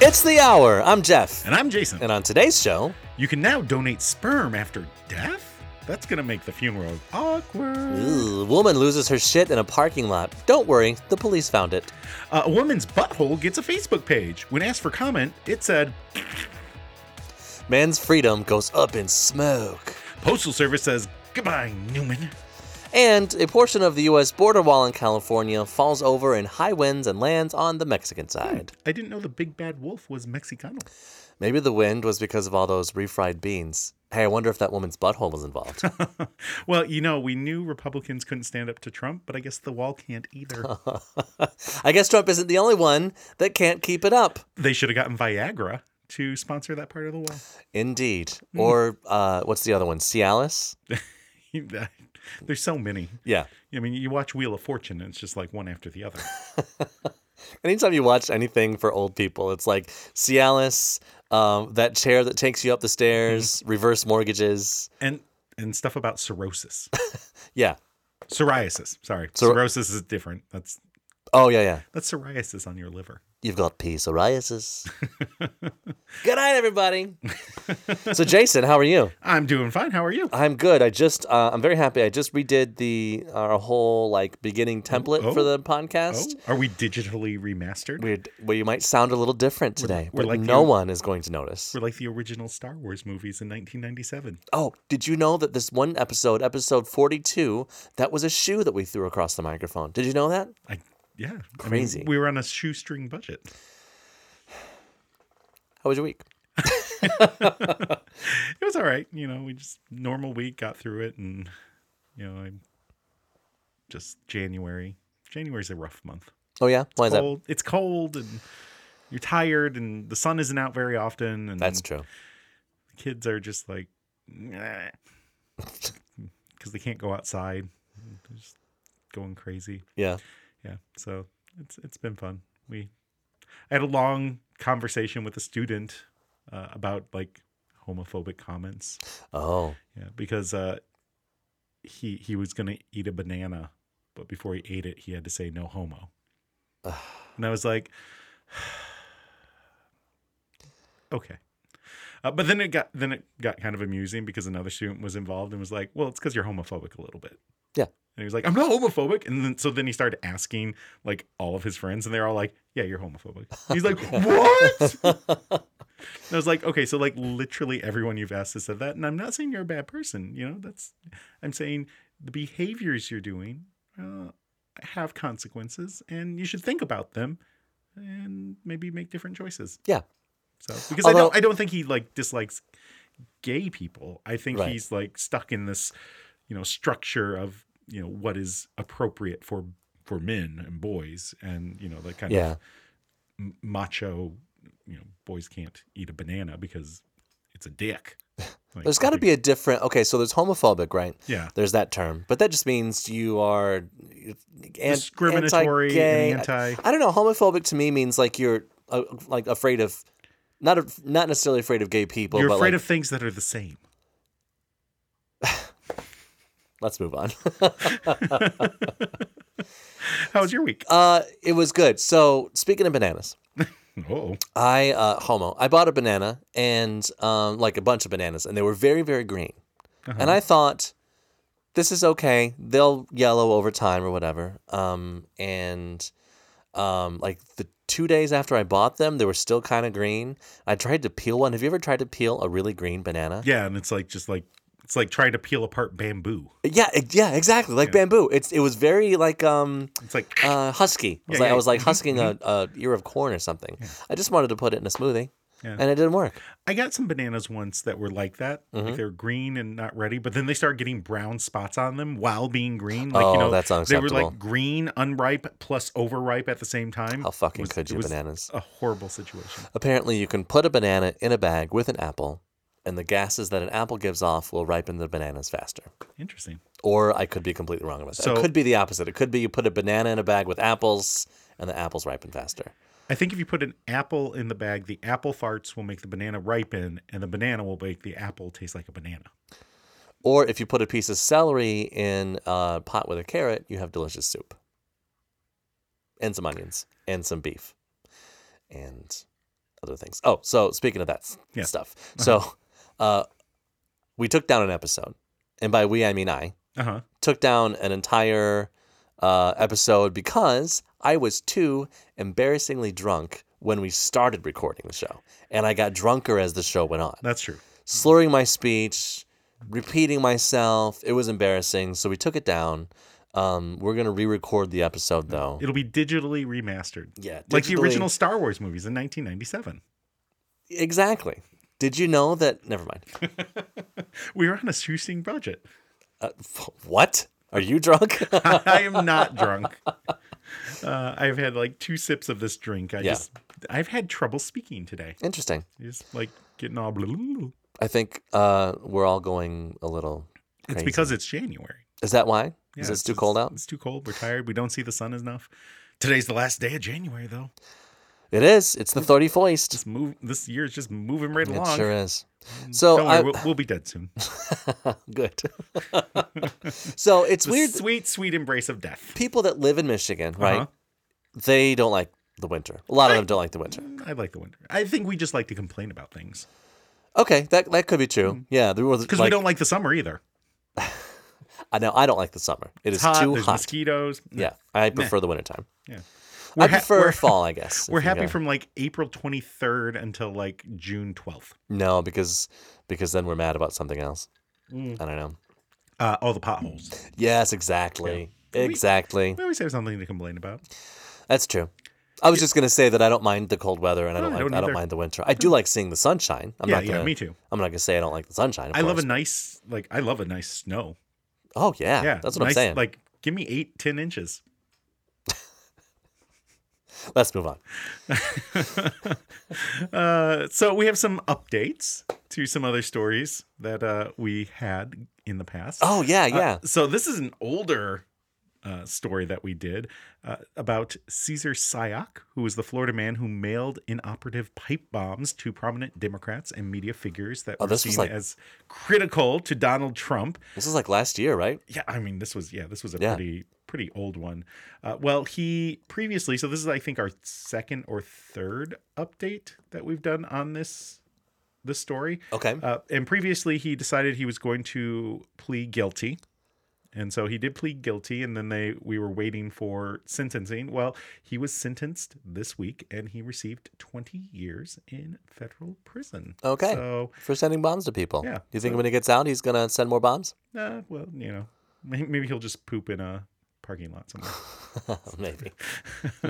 It's the hour. I'm Jeff. And I'm Jason. And on today's show, you can now donate sperm after death? That's going to make the funeral awkward. ooh, woman loses her shit in a parking lot. Don't worry, the police found it. Uh, a woman's butthole gets a Facebook page. When asked for comment, it said, Man's freedom goes up in smoke. Postal Service says, Goodbye, Newman. And a portion of the U.S. border wall in California falls over in high winds and lands on the Mexican side. I didn't know the big bad wolf was Mexicano. Maybe the wind was because of all those refried beans. Hey, I wonder if that woman's butthole was involved. Well, you know, we knew Republicans couldn't stand up to Trump, but I guess the wall can't either. I guess Trump isn't the only one that can't keep it up. they should have gotten Viagra to sponsor that part of the wall. Indeed. Or uh, what's the other one? Cialis? uh, There's so many. Yeah. I mean, you watch Wheel of Fortune, and it's just like one after the other. Anytime you watch anything for old people, it's like Cialis, um, that chair that takes you up Mm-hmm. the stairs, reverse mortgages. And and stuff about cirrhosis. Yeah. psoriasis. Sorry, Psor- cirrhosis is different. That's Oh, yeah, yeah. that's psoriasis on your liver. You've got P. psoriasis. Good night, everybody. so, Jason, how are you? I'm doing fine. How are you? I'm good. I just, uh, I'm very happy. I just redid the uh, our whole like beginning template for oh, the podcast. Oh, are we digitally remastered? We're, well, you might sound a little different today, we're but like no you. one is going to notice. We're like the original Star Wars movies in 1997. Oh, did you know that this one episode, episode 42, that was a shoe that we threw across the microphone? Did you know that? I yeah, I mean, Crazy. we were on a shoestring budget. How was your week? It was all right. You know, we just normal week got through it, and you know, I'm just January. January's a rough month. Oh, yeah? Why is that? Cold. It's cold, and you're tired, and the sun isn't out very often. And That's true. kids are just like because they can't go outside They're just going crazy Yeah. yeah so it's it's been fun we i had a long conversation with a student uh, about like homophobic comments Oh, yeah because uh he he was gonna eat a banana but before he ate it he had to say no homo and i was like okay uh, but then it got then it got kind of amusing because another student was involved and was like well it's because you're homophobic a little bit Yeah. and he was like i'm not homophobic and then so then he started asking like all of his friends and they're all like yeah you're homophobic he's like what and i was like okay so like literally everyone you've asked has said that and i'm not saying you're a bad person you know that's i'm saying the behaviors you're doing uh, have consequences and you should think about them and maybe make different choices. yeah. So because I Although- don't I don't think he like dislikes gay people. I think Right. he's like stuck in this, you know, structure of, you know, what is appropriate for for men and boys and, you know, that kind Yeah. of m- macho, you know, boys can't eat a banana because it's a dick. Like, There's got to if be a different. Okay, so there's homophobic, right? Yeah. There's that term, but that just means you are an- Discriminatory anti-gay. and anti- I don't know. Homophobic to me means like you're uh, like afraid of, not a, not necessarily afraid of gay people. you're but afraid like, of things that are the same. Let's move on. How was your week? uh, it was good. So speaking of bananas, oh. I uh, homo. I bought a banana and um, like a bunch of bananas, and they were very very green. Uh-huh. And I thought, this is okay. They'll yellow over time or whatever. Um, and um, like the two days after I bought them, they were still kind of green. I tried to peel one. Have you ever tried to peel a really green banana? Yeah, and it's like just like it's like trying to peel apart bamboo. Yeah, ex- yeah, exactly. Like bamboo. It's it was very like um It's like uh, husky. I was Yeah, Mm-hmm. like, I yeah. was like husking a, a ear of corn or something. I just wanted to put it in a smoothie, Yeah. and it didn't work. I got some bananas once that were like that. Mm-hmm. Like they were green and not ready, but then they started getting brown spots on them while being green. Like Oh, you know, that's They were unacceptable. like green, unripe, plus overripe at the same time. How fucking It was- could it you, was bananas? A horrible situation. Apparently, you can put a banana in a bag with an apple, and the gases that an apple gives off will ripen the bananas faster. Interesting. Or I could be completely wrong about that. it So- could be the opposite. It could be you put a banana in a bag with apples, and the apples ripen faster. I think if you put an apple in the bag, the apple farts will make the banana ripen, and the banana will make the apple taste like a banana. Or if you put a piece of celery in a pot with a carrot, you have delicious soup. And some onions and some beef. And other things. Oh, so speaking of that s- Yeah. stuff, so uh, we took down an episode, and by we I mean I Uh huh. took down an entire uh, episode because I was too embarrassingly drunk when we started recording the show, and I got drunker as the show went on, That's true. Mm-hmm. slurring my speech, repeating myself. It was embarrassing, so we took it down. Um, we're gonna re-record the episode though. It'll be digitally remastered. Yeah, Like the digitally- original Star Wars movies in 1997. Exactly. Did you know that? Never mind. We were on a shoestring budget. Uh, f- what? Are you drunk? I am not drunk. Uh, I've had like two sips of this drink. I Yeah. just, I've had trouble speaking today. Interesting. Just like getting all. Blah, blah, blah. I think uh, we're all going a little. It's Crazy. because it's January. Is that why? Yeah, Is it too cold out? It's too cold. We're tired. We don't see the sun enough. Today's the last day of January, though. It is. It's the 31st. Just move. This year is just moving right It along. sure is. So Mm. Don't worry, I, we'll, we'll be dead soon. good. so it's The weird. sweet, sweet embrace of death. People that live in Michigan, right? Uh-huh. They don't like the winter. A lot of them don't like the winter. I like the winter. I think we just like to complain about things Okay, that that could be true. Yeah, there was because like Mm. we don't like the summer either. I know I don't like the summer. It is It's hot. too there's hot. mosquitoes. Yeah, I prefer the wintertime. Yeah. I We're ha- prefer we're- fall, I guess. if We're you happy go- from like April 23rd until like June 12th. No, because because then we're mad about something else. Mm. I don't know. Uh, all the potholes. Yes, exactly. Exactly. We always have something to complain about. That's true. I was just gonna say that I don't mind the cold weather and I don't I like don't I don't either. mind the winter. I do like seeing the sunshine. I'm yeah, not gonna yeah, me too. I'm not gonna say I don't like the sunshine. Of I love a course. nice, like, I love a nice snow. Oh yeah. Yeah. That's what nice, I'm saying. Like, give me eight, 10 inches. Let's move on. Uh, so we have some updates to some other stories that uh, we had in the past. Oh yeah, Uh, yeah. so this is an older uh, story that we did uh, about Caesar Sayoc, who was the Florida man who mailed inoperative pipe bombs to prominent Democrats and media figures that were Oh, this was seen like- as critical to Donald Trump. this is like last year, right? Yeah, I mean, this was yeah, this was a Yeah. pretty pretty old one. Uh, well, he previously, so this is I think our second or third update that we've done on this this story. Okay. Uh, and previously, he decided he was going to plead guilty, and so he did plead guilty. And then they we were waiting for sentencing. Well, he was sentenced this week, and he received 20 years in federal prison. Okay. So, For sending bombs to people. Yeah, You think so- when he gets out he's gonna send more bombs? uh, well, you know, may- maybe he'll just poop in a parking lot somewhere. Maybe.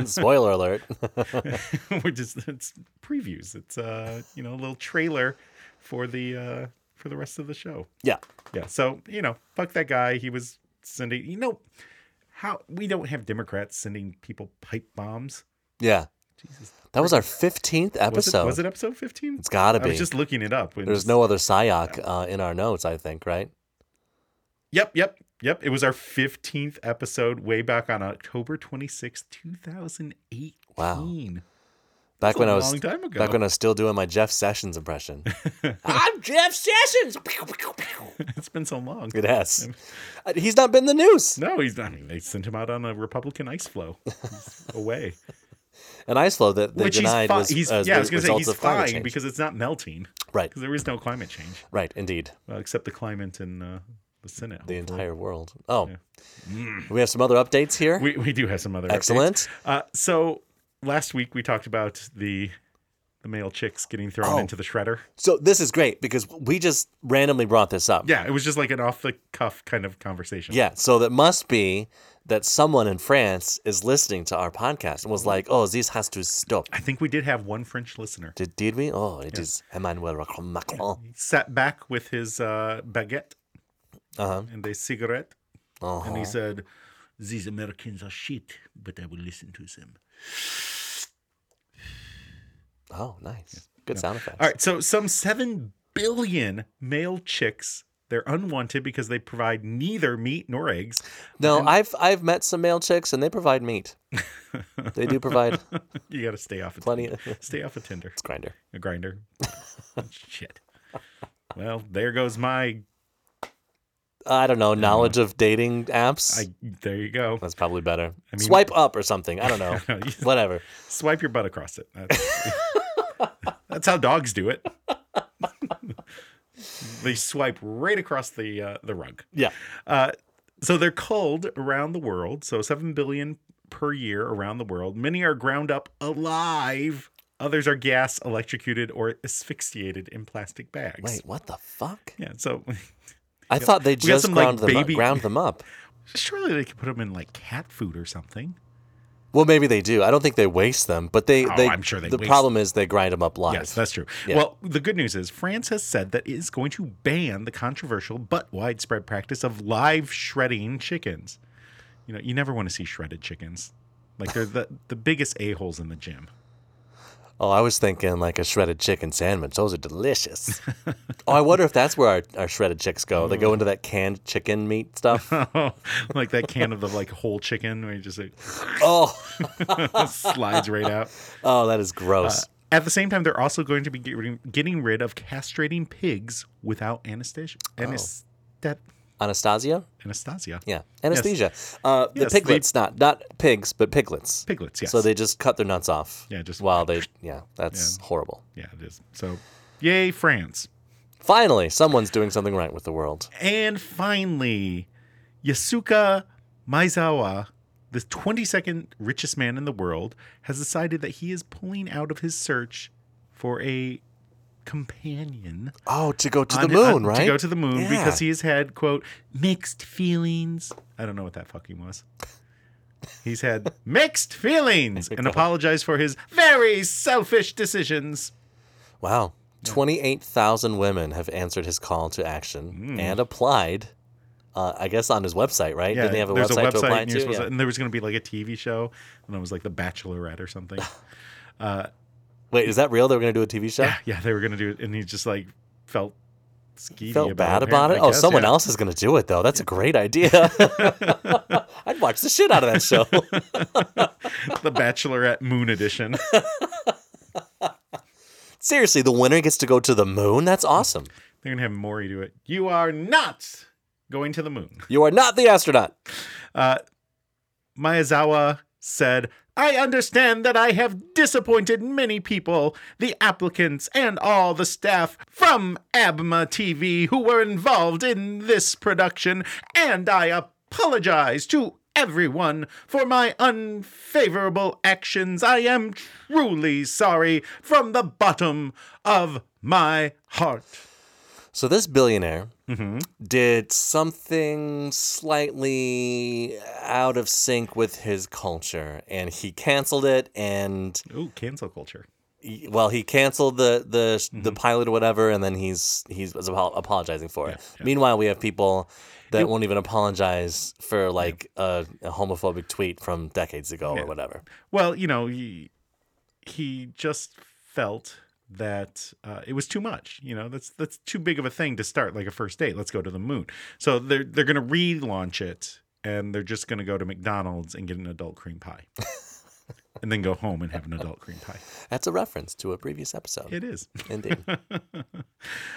Spoiler alert. we're just it's previews. It's uh, you know, a little trailer for the uh for the rest of the show. yeah. Yeah. So, you know, fuck that guy. He was sending, you know, how we don't have Democrats sending people pipe bombs. Yeah. Jesus. That was our fifteenth Was episode. it, was it episode 15? has gotta I be. was just looking it up. and There's just- no other Psyoc uh, in our notes, I think, right? Yep, yep, yep. It was our 15th episode way back on October 26, 2018. Back a when I was long time ago. back when I was still doing my Jeff Sessions impression. I'm Jeff Sessions. It's been so long. It has. Uh, He's not been in the news. No, he's not. I mean, they sent him out on a Republican ice flow. He's away. An ice flow that they Which he's denied fine. was he's, uh, yeah, I was the going to say results he's of climate fine change. because it's not melting right, because there is no climate change right, indeed, well, except uh, the climate in uh, the Senate. the entire world. Oh, we have some other updates here. We, we do have some other updates. Excellent. Uh, so last week we talked about the the male chicks getting thrown Oh. into the shredder. So this is great because we just randomly brought this up. Yeah, it was just like an off the cuff kind of conversation. Yeah, so that must be that someone in France is listening to our podcast and was like, "Oh, this has to stop." I think we did have one French listener. Did, did we? Oh, it is Emmanuel Macron. He sat back with his uh, baguette Uh-huh. and a cigarette, Uh-huh. and he said, "These Americans are shit, but I will listen to them." Oh, nice. Good sound effects. All right, so some 7 billion male chicks, they're unwanted because they provide neither meat nor eggs. No, I've I've met some male chicks and they provide meat. they do provide You got to stay off of Plenty Tinder. stay off of Tinder. grinder. A grinder. Shit. Well, there goes my I don't know knowledge of dating apps. I there you go. That's probably better. mean- Swipe up or something. I don't know. No, you- Whatever. Swipe your butt across it. That's- That's how dogs do it. they swipe right across the uh, the rug. Yeah. Uh, so they're culled around the world. So seven billion per year around the world. Many are ground up alive. Others are gas, electrocuted, or asphyxiated in plastic bags. Wait, what the fuck? Yeah. So I thought they got just some, like, ground them baby- up, ground them up. surely they could put them in like cat food or something. Well, maybe they do. I don't think they waste them, but they. Oh, they I'm sure they The waste problem is they grind them up live. Yes, that's true. Yeah. Well, the good news is France has said that it is going to ban the controversial but widespread practice of live shredding chickens. You know, you never want to see shredded chickens. Like they're the, the biggest a-holes in the gym. Oh, I was thinking like a shredded chicken sandwich. Those are delicious. oh, I wonder if that's where our, our shredded chicks go. They go into that canned chicken meat stuff. like that can of the like whole chicken where you just like, oh, slides right out. oh, that is gross. At the same time, they're also going to be getting, getting rid of castrating pigs without anesthesia. Anesthet- Anastasia? Anastasia. Oh. Yeah, anesthesia. Uh, Yes, the they- piglets, not not pigs, but piglets. Piglets, yes. So they just cut their nuts off. Yeah, just- while they. Yeah, that's horrible. yeah, it is. So, yay, France. Finally, someone's doing something right with the world. And finally, Yasuka Maizawa, the 22nd richest man in the world, has decided that he is pulling out of his search for a companion Oh, to go to on- the moon, on- right? To go to the moon Yeah. because he has had quote mixed feelings. I don't know what that fucking was. He's had mixed feelings and apologized for his very selfish decisions. Wow. 28,000 women have answered his call to Mm. action and applied, uh, I guess, on his website, right? Didn't they have a there's website, to apply and, you're to? supposed Yeah. to- and there was going to be like a TV show, and it was like The Bachelorette or something. Wait, is that real? They were going to do a TV show? Yeah, yeah, they were gonna do it, and he just like felt skeevy Felt about bad it, about it? apparently, I Oh, guess, someone yeah. else is going to do it, though. That's a great idea. I'd watch the shit out of that show. the Bachelorette Moon Edition. Seriously, the winner gets to go to the moon? That's awesome. They're gonna have Maury do it. You are not going to the moon. You are not the astronaut. Uh, Miyazawa said, I understand that I have disappointed many people, the applicants, and all the staff from ABMA TV who were involved in this production, and I apologize to everyone for my unfavorable actions. I am truly sorry from the bottom of my heart. So this billionaire Mm-hmm. did something slightly out of sync with his culture, and he canceled it. And Ooh, cancel culture. he- well, he canceled the the Mm-hmm. the pilot or whatever, and then he's he's was apo- apologizing for it. Meanwhile, we have people that won't even apologize for like a, a homophobic tweet from decades ago or whatever. Well, you know, he he just felt that uh, it was too much. You know, that's that's too big of a thing to start like a first date. Let's go to the moon. So they're they're gonna relaunch it, and they're just gonna go to McDonald's and get an adult cream pie, and then go home and have an adult cream pie. That's a reference to a previous episode, It is. indeed.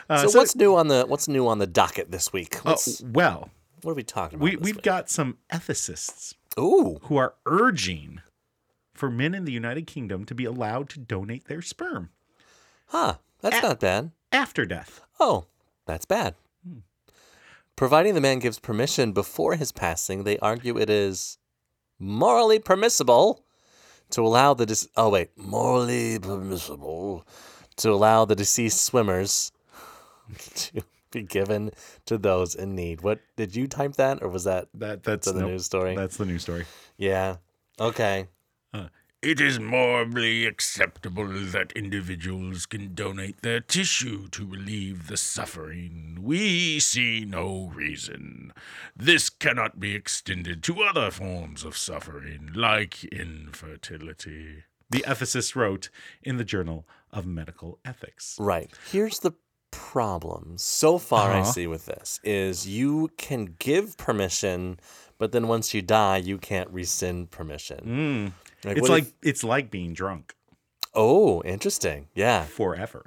Uh, so, what's new on the what's new on the docket this week? oh, What's, well, what are we talking about? we this we've week? got some ethicists ooh. who are urging for men in the United Kingdom to be allowed to donate their sperm Huh, that's not bad. after death. Oh, that's bad. Providing the man gives permission before his passing, they argue it is morally permissible to allow the dis- oh wait, morally permissible to allow the deceased swimmers to be given to those in need. What did you type that or was that That that's the nope. news story? That's the news story. Yeah. Okay. It is morally acceptable that individuals can donate their tissue to relieve the suffering. We see no reason. This cannot be extended to other forms of suffering, like infertility. the ethicist wrote in the Journal of Medical Ethics. Right. Here's the problem. So far I Uh-huh. see with this is you can give permission, but then once you die, you can't rescind permission. Mm. Like, It's what if- like it's like being drunk oh, interesting. Yeah. forever.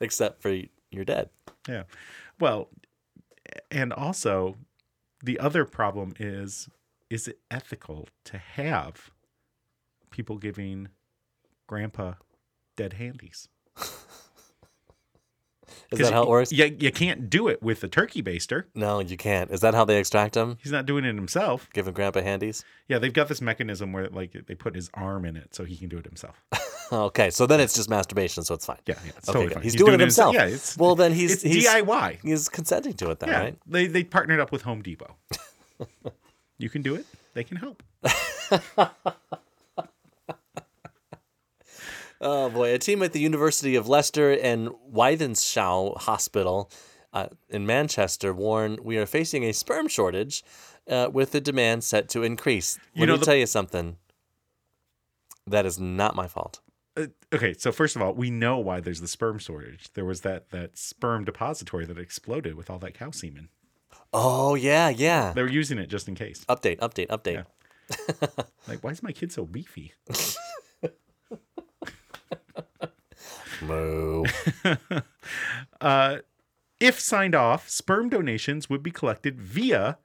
Except for y- you're dead. Yeah. Well, and also the other problem is is it ethical to have people giving grandpa dead handies. Is that how it works? Yeah, you can't do it with a turkey baster. No, you can't. Is that how they extract him? He's not doing it himself. Give him grandpa handies? Yeah, they've got this mechanism where like they put his arm in it so he can do it himself. Okay, so then it's just masturbation, so it's fine. Yeah, yeah, it's Okay, totally good. fine. He's, doing, it himself. Yeah, it's well, then he's it's he's, DIY. he's consenting to it then, Yeah, right? they they partnered up with Home Depot. you can do it. They can help. Oh boy, a team at the University of Leicester and Wythenshawe Hospital uh, in Manchester warn we are facing a sperm shortage, uh, with the demand set to increase. Let You know me the- tell you something. That is not my fault. Uh, okay, so first of all, we know why there's the sperm shortage. There was that that sperm depository that exploded with all that cow semen. Oh yeah, yeah. They were using it just in case. Update, update, update. Yeah. Like, why is my kid so beefy? Moo. Uh, if signed off, sperm donations would be collected via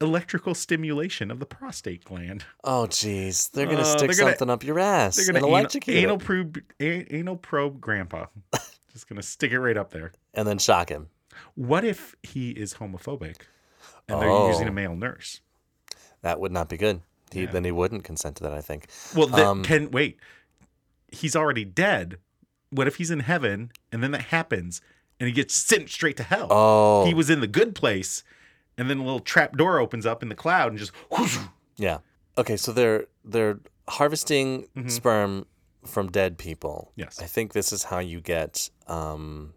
electrical stimulation of the prostate gland. oh jeez, they're gonna Uh, stick they're gonna- something up your ass They're and gonna anal, electrocute anal it, probe a, anal probe grandpa. just gonna stick it right up there. and then shock him. What if he is homophobic and they're Oh. using a male nurse? That would not be good. He, Then he wouldn't consent to that. I think. Well, that Um, can wait. He's already dead. What if he's in heaven and then that happens and he gets sent straight to hell? Oh, He was in the good place and then a little trap door opens up in the cloud and just whoosh, Yeah. Okay, so they're they're harvesting Mm-hmm. sperm from dead people. Yes. I think this is how you get um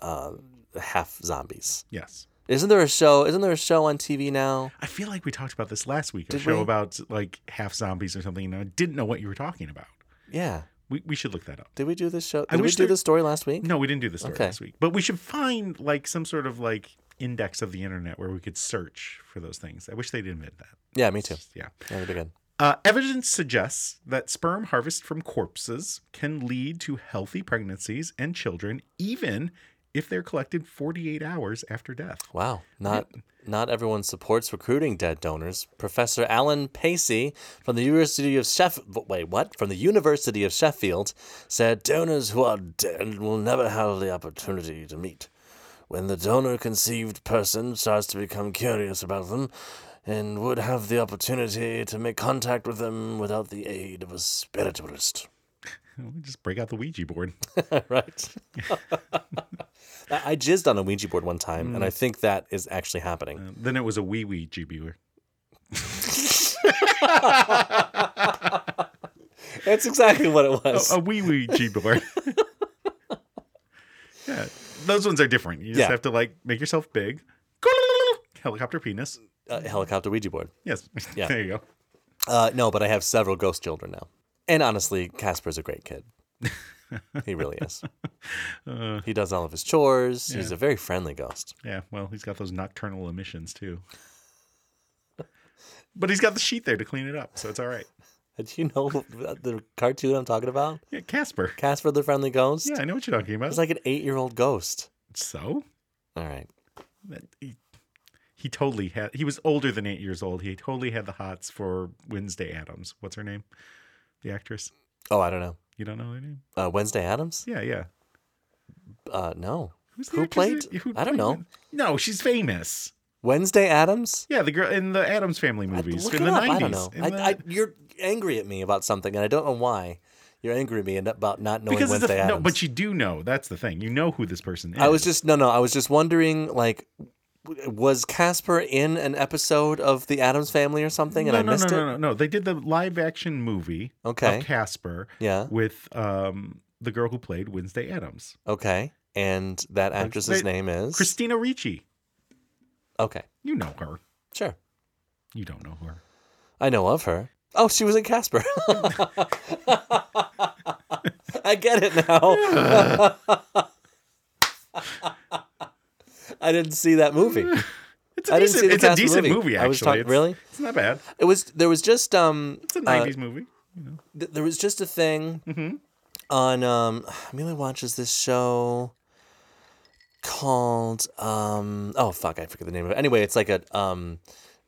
uh half zombies. yes. Isn't there a show isn't there a show on TV now? I feel like we talked about this last week, a Did show we? about like half zombies or something, and I didn't know what you were talking about. Yeah. We, we should look that up. Did we do this show? I Did we wish do there- this story last week? No, we didn't do this story Okay. last week, but we should find like some sort of like index of the internet where we could search for those things. I wish they'd invent that. Yeah, me too. Yeah. Yeah, that'd be good. Uh, evidence suggests that sperm harvest from corpses can lead to healthy pregnancies and children, even if they're collected 48 hours after death. Wow. Not not everyone supports recruiting dead donors. Professor Alan Pacey from the University of Sheff wait, what? From the University of Sheffield said donors who are dead will never have the opportunity to meet. When the donor conceived person starts to become curious about them and would have the opportunity to make contact with them without the aid of a spiritualist. Well, Just break out the Ouija board. right. I I jizzed on a Ouija board one time, and I think that is actually happening. Uh, then it was a wee wee GBer. That's exactly what it was. A wee wee GBer. yeah, those ones are different. You just Yeah. have to like make yourself big. Helicopter penis. uh, helicopter Ouija board. Yes. Yeah. there you go. Uh, no, but I have several ghost children now. And honestly, Casper's a great kid. he really is. Uh. he does all of his chores. He's a very friendly ghost. Yeah, well, he's got those nocturnal emissions too. But he's got the sheet there to clean it up, so it's all right. Did you know the cartoon I'm talking about? Yeah, Casper. Casper the Friendly Ghost? Yeah, I know what you're talking about. It's like an eight year old ghost. so All right. That- he, he totally had. He was older than eight years old. He totally had the hots for Wednesday Adams. What's her name? The actress. Oh, I don't know. You don't know her name? Uh, Wednesday Adams? Yeah, yeah. Uh, no. Who's the Who actress played? that- who I don't played know. Wen- No, she's famous. Wednesday Adams? Yeah, the girl in the Adams Family movies Look in it the up. nineties. I don't know. I, I, you're angry at me about something, and I don't know why. You're angry at me and about not knowing because it's Wednesday a, Adams. no, but you do know. That's the thing. You know who this person is. I was just no, no. I was just wondering, like, w- was Casper in an episode of The Adams Family or something, and no, I no, missed no, it? No, no, no. They did the live action movie Okay. of Casper Yeah. with um, the girl who played Wednesday Adams, Okay, and that actress's name is Christina Ricci. Okay, You know her. sure. You don't know her. I know of her. Oh, she was in Casper. I get it now. I didn't see that movie. It's a I didn't decent, see the it's a Casper decent movie. movie, I actually. was talking- it's, really? It's not bad. It was there was just um It's a uh, 90s movie. th- there was just a thing Mm-hmm. on um Amelia watches this show called um oh fuck I forget the name of it. Anyway, it's like a um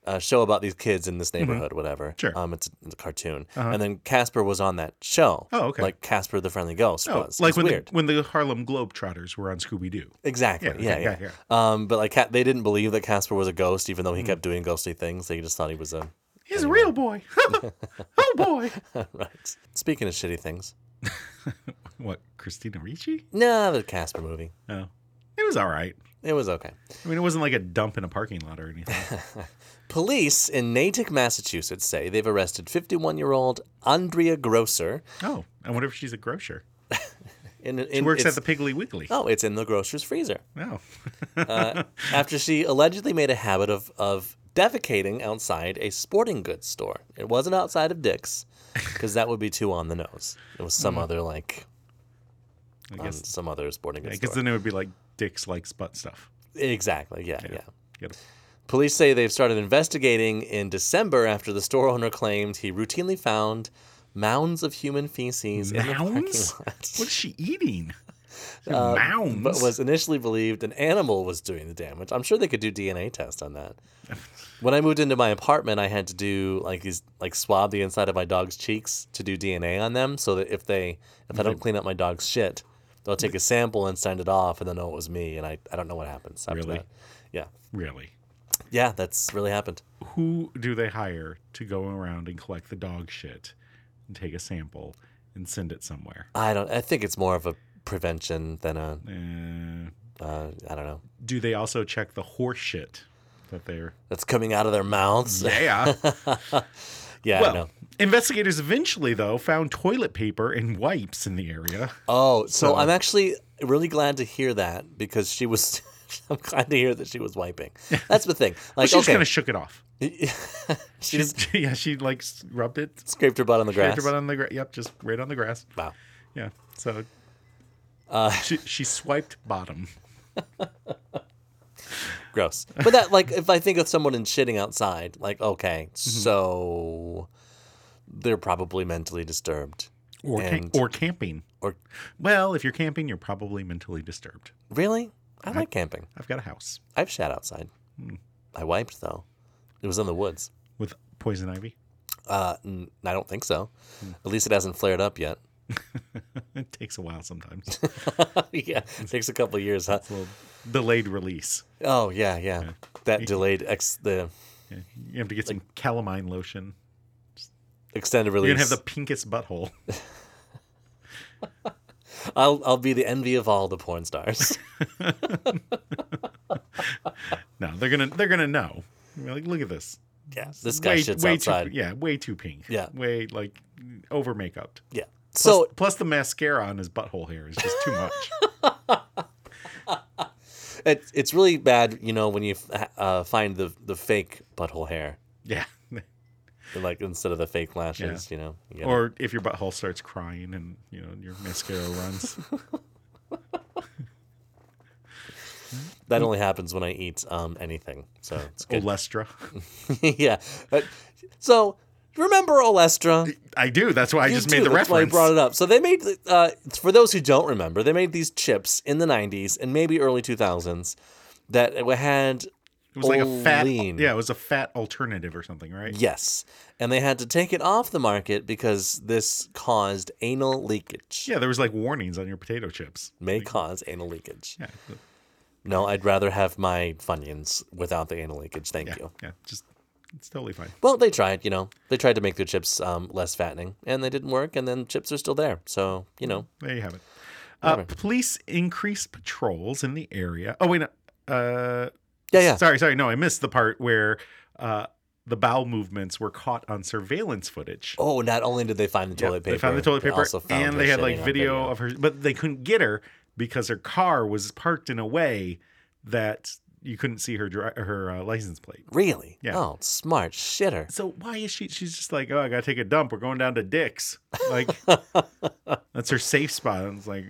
uh, show about these kids in this neighborhood, whatever. Mm-hmm. Sure. Uh-huh. Um, it's, it's a cartoon, and then Casper was on that show. Oh, okay. Like Casper the Friendly Ghost Oh, was. like It's when weird. the, when the Harlem Globetrotters were on Scooby Doo. Exactly. Yeah, Yeah, okay, yeah. yeah, Mm-hmm. Um, but like Ca- they didn't believe that Casper was a ghost, even though he kept doing ghostly things. They just thought he was a He's a real boy. oh boy. right. Speaking of shitty things, What Christina Ricci? no, the Casper movie. Oh, it was all right. It was okay. I mean, it wasn't like a dump in a parking lot or anything. Police in Natick, Massachusetts say they've arrested 51 year old Andrea Grosser. oh, I wonder if she's a grocer. In, in, She works at it's- the Piggly Wiggly. Oh. Oh, it's in the grocer's freezer. No. after she allegedly made a habit of, of defecating outside a sporting goods store. It wasn't outside of Dick's, because that would be too on the nose. It was some other, like, Hmm. I um, guess some other sporting goods because store. then it would be like Dick's likes butt stuff. Exactly, yeah, yeah. Get it. Police say they've started investigating in December after the store owner claimed he routinely found mounds of human feces in the parking Mounds? lot. What's she eating? Mounds. Uh, but was initially believed an animal was doing the damage. I'm sure they could do DNA test on that. When I moved into my apartment, I had to do like these like swab the inside of my dog's cheeks to do DNA on them, so that if they if I don't clean up my dog's shit, they'll take a sample and send it off, and they'll know it was me, and I, I don't know what happens after Really? that. Yeah, really? yeah, that's really happened. Who do they hire to go around and collect the dog shit and take a sample and send it somewhere? I don't. I think it's more of a prevention than a Uh, uh, I don't know. do they also check the horse shit that they're? That's coming out of their mouths. Yeah, Yeah. I know. well, investigators eventually though found toilet paper and wipes in the area. Oh, so, I'm actually really glad to hear that because she was. I'm glad to hear that she was wiping. That's the thing. Like, she just okay, kind of shook it off. she She just just, yeah, she like s- rubbed it, scraped her butt on the grass. scraped it on the gra- yep, just right on the grass. Wow. Yeah. So Uh, she she swiped bottom. gross. But that, like, if I think of someone and shitting outside, like, okay, so they're probably mentally disturbed. Or cam- And- or camping. Or Well, if you're camping, you're probably mentally disturbed. really, I like camping. I've got a house I've shat outside. I wiped though. It was in the woods. with poison ivy. Uh, n- I don't think so. Hmm. At least it hasn't flared up yet. It takes a while sometimes. yeah, it takes a couple years, huh? Well, delayed release. Oh yeah, yeah. That delayed ex the Yeah. You have to get some calamine lotion. extended You're release. gonna have the pinkest butthole. I'll I'll be the envy of all the porn stars. No, they're gonna they're gonna know. You're like, look at this. yeah, this guy way, shits way outside. Too, yeah, way too pink. Yeah. way like over makeuped. yeah. Plus, So plus the mascara on his butthole hair is just too much. it, it's really bad, you know, when you f- uh, find the the fake butthole hair, yeah. like instead of the fake lashes, you know. You gotta- Or if your butthole starts crying and you know your mascara runs. that mm. only happens when I eat um anything. So it's Oh, good. Olestra. yeah. But, so remember Olestra? I do. That's why I You just do. made the That's why I reference. brought it up. So they made uh, for those who don't remember, they made these chips in the '90s and maybe early 2000s that had It was like a fat, Olean. yeah, it was a fat alternative or something, right? yes, and they had to take it off the market because this caused anal leakage. Yeah, there was like warnings on your potato chips. May cause anal leakage. Yeah, No, I'd rather have my Funyuns without the anal leakage. Thank yeah, you. yeah. Just it's totally fine. Well, they tried, you know. They tried to make their chips um, less fattening, and they didn't work. And then chips are still there, so you know. There you have it. Uh, police increased patrols in the area. Oh wait, no, uh, Yeah, yeah. Sorry, sorry. No, I missed the part where uh, the bowel movements were caught on surveillance footage. Oh, not only did they find the toilet paper, They found the toilet paper, also found and her they had like shitting on video, of her, but they couldn't get her because her car was parked in a way that you couldn't see her dri- her uh, license plate. Really? Yeah. Oh, smart shitter. So why is she? She's just like, oh, I gotta take a dump. We're going down to Dick's. Like that's her safe spot. And it's like,